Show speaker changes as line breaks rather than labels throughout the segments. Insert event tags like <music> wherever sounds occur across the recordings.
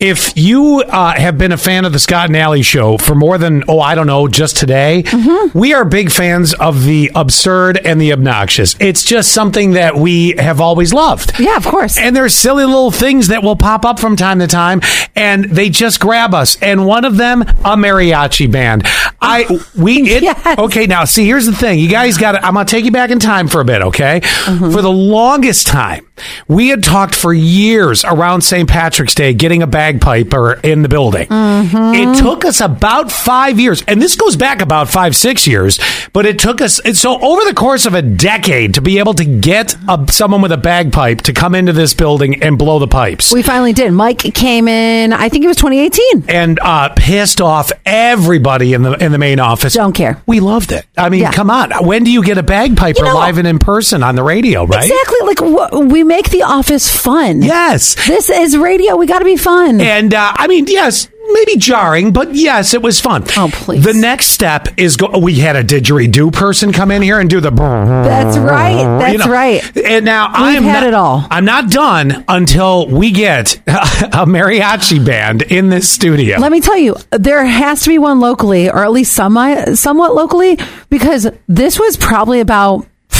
If you uh, have been a fan of the Scott and Alley show for more than, oh, I don't know, just today,
Mm-hmm.
we are big fans of the absurd and the obnoxious. It's just something that we have always loved.
Yeah, of course.
And there's silly little things that will pop up from time to time, and they just grab us. And one of them, a mariachi band. I we it
<laughs> Yes.
okay. Now see, here's the thing. You guys got. to I'm gonna take you back in time for a bit. Okay,
Mm-hmm.
for the longest time, we had talked for years around St. Patrick's Day getting a bagpiper in the building.
Mm-hmm.
It took us about five years, and this goes back about five six years. But it took us and so over the course of a decade to be able to get a, someone with a bagpipe to come into this building and blow the pipes
We finally did. Mike came in, I think it was 2018.
and uh, pissed off everybody in the in the main office.
Don't care.
We loved it. I mean,
Yeah.
come on. When do you get a bagpiper
You know-
live and in person on the radio? Right?
Exactly. Like, wh- we make the office fun.
Yes.
This is radio. We got to be fun.
And uh, I mean, yes, maybe jarring, but yes, it was fun.
Oh, please.
The next step is go. We had a didgeridoo person come in here and do the.
That's right. That's
Uh-huh. you know.
right.
And now I
We've
am
had
not,
it all.
I'm not done until we get <laughs> a mariachi band in this studio.
Let me tell you, there has to be one locally, or at least some, uh, somewhat locally, because this was probably about <sighs>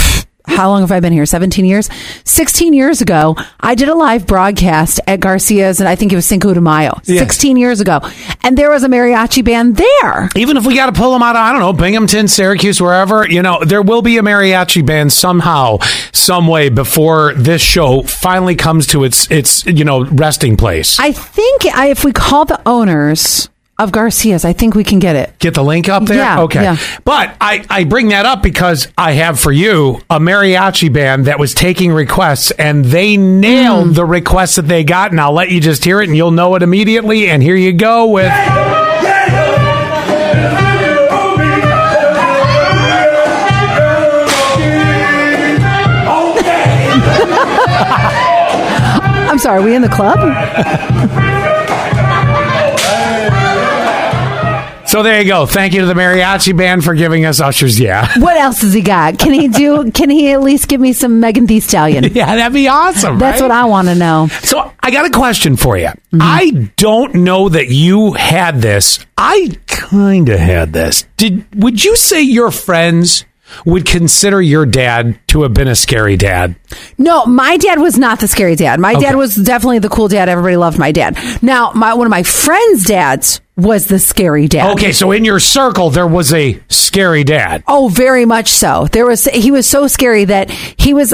how long have I been here? 17 years? 16 years ago, I did a live broadcast at Garcia's, and I think it was Cinco de Mayo,
Yes.
16 years ago. And there was a mariachi band there.
even if we got to pull them out of, I don't know, Binghamton, Syracuse, wherever, you know, there will be a mariachi band somehow, some way before this show finally comes to its, its you know, resting place.
I think I, if we call the owners of Garcia's, I think we can get it.
Get the link up there?
Yeah,
okay.
yeah.
But I, I bring that up because I have for you a mariachi band that was taking requests and they nailed
Mm.
the requests that they got. And I'll let you just hear it and you'll know it immediately. And here you go with.
I'm sorry, are we in the club?
So there you go. Thank you to the mariachi band for giving us ushers. Yeah. <laughs>
What else has he got? Can he do? Can he at least give me some Megan Thee Stallion?
Yeah, that'd be awesome.
That's
right?
what I want to know.
So I got a question for you. I don't know that you had this. I kind of had this. Did would you say your friends would consider your dad to have been a scary dad?
No, my dad was not the scary dad. My
Okay.
dad was definitely the cool dad. Everybody loved my dad. Now, my one of my friends' dads was the scary dad.
Okay, so in your circle there was a scary dad.
Oh, very much so. There was he was so scary that he was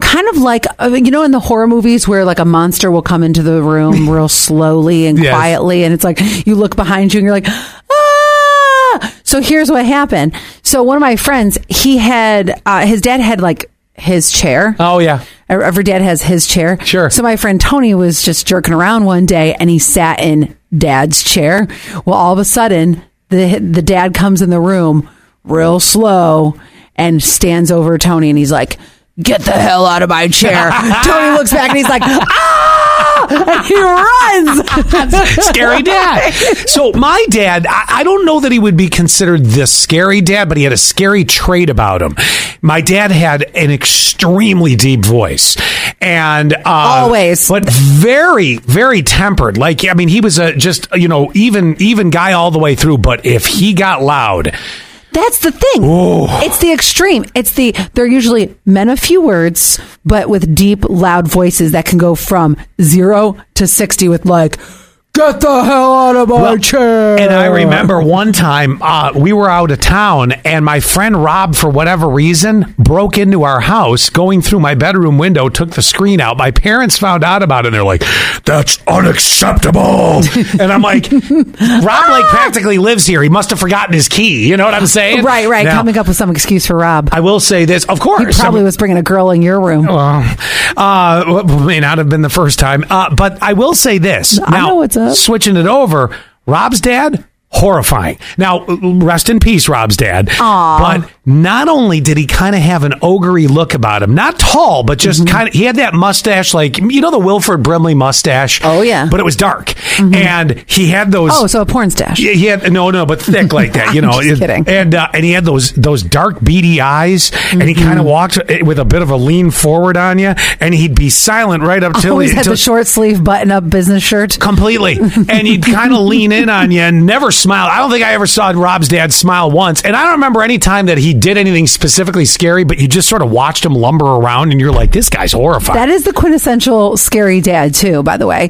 kind of like uh, you know in the horror movies where like a monster will come into the room real slowly and
Yes.
quietly and it's like you look behind you and you're like ah so here's what happened so one of my friends he had uh, his dad had like his chair
Oh yeah.
Every dad has his chair.
Sure.
So my friend Tony was just jerking around one day, and he sat in dad's chair. Well, all of a sudden, the the dad comes in the room real slow and stands over Tony, and he's like, "Get the hell out of my chair!" Tony looks back and he's like, "Ah!" And he runs.
<laughs> Scary dad. So my dad, I, I don't know that he would be considered the scary dad, but he had a scary trait about him. My dad had an extremely deep voice, and uh,
Always.
but very, very tempered. Like I mean, he was a just you know even even guy all the way through. But if he got loud,
That's the thing. It's the extreme. It's the they're usually men of few words, but with deep, loud voices that can go from zero to sixty with like, "Get the hell out of my chair!"
And I remember one time uh, we were out of town, and my friend Rob, for whatever reason, broke into our house, going through my bedroom window, took the screen out. My parents found out about it, and they're like, "That's
<laughs>
unacceptable." and I'm like, "Rob, like practically lives here. He must have forgotten his key." You know what I'm saying?
right, right.
Now,
Coming up with some excuse for Rob.
I will say this, of course.
He probably was bringing a girl in your room.
Well, uh, well, may not have been the first time, uh, but I will say this.
I know what's up.
Switching it over, Rob's dad. Horrifying. Now, rest in peace, Rob's dad. But not only did he kind of have an ogre look about him, not tall,
Mm-hmm.
but just kind of, he had that mustache, like, you know, the Wilford Brimley mustache.
Oh, yeah.
But it was dark. and he had those.
Oh, so a porn stash.
Yeah, he had no, no, but thick like that, you
<laughs> I'm
know.
just kidding.
And uh, and he had those those dark beady eyes, and he
Mm-hmm.
kind of walked with a bit of a lean forward on you, and he'd be silent right up till
<laughs> Always
he
had
till-
the short sleeve button up business shirt.
<laughs> completely, and
<laughs>
he'd kind of lean in on you and never smile. I don't think I ever saw Rob's dad smile once, and I don't remember any time that he did anything specifically scary. But you just sort of watched him lumber around, and you're like, this guy's horrified.
That is the quintessential scary dad, too, by the way.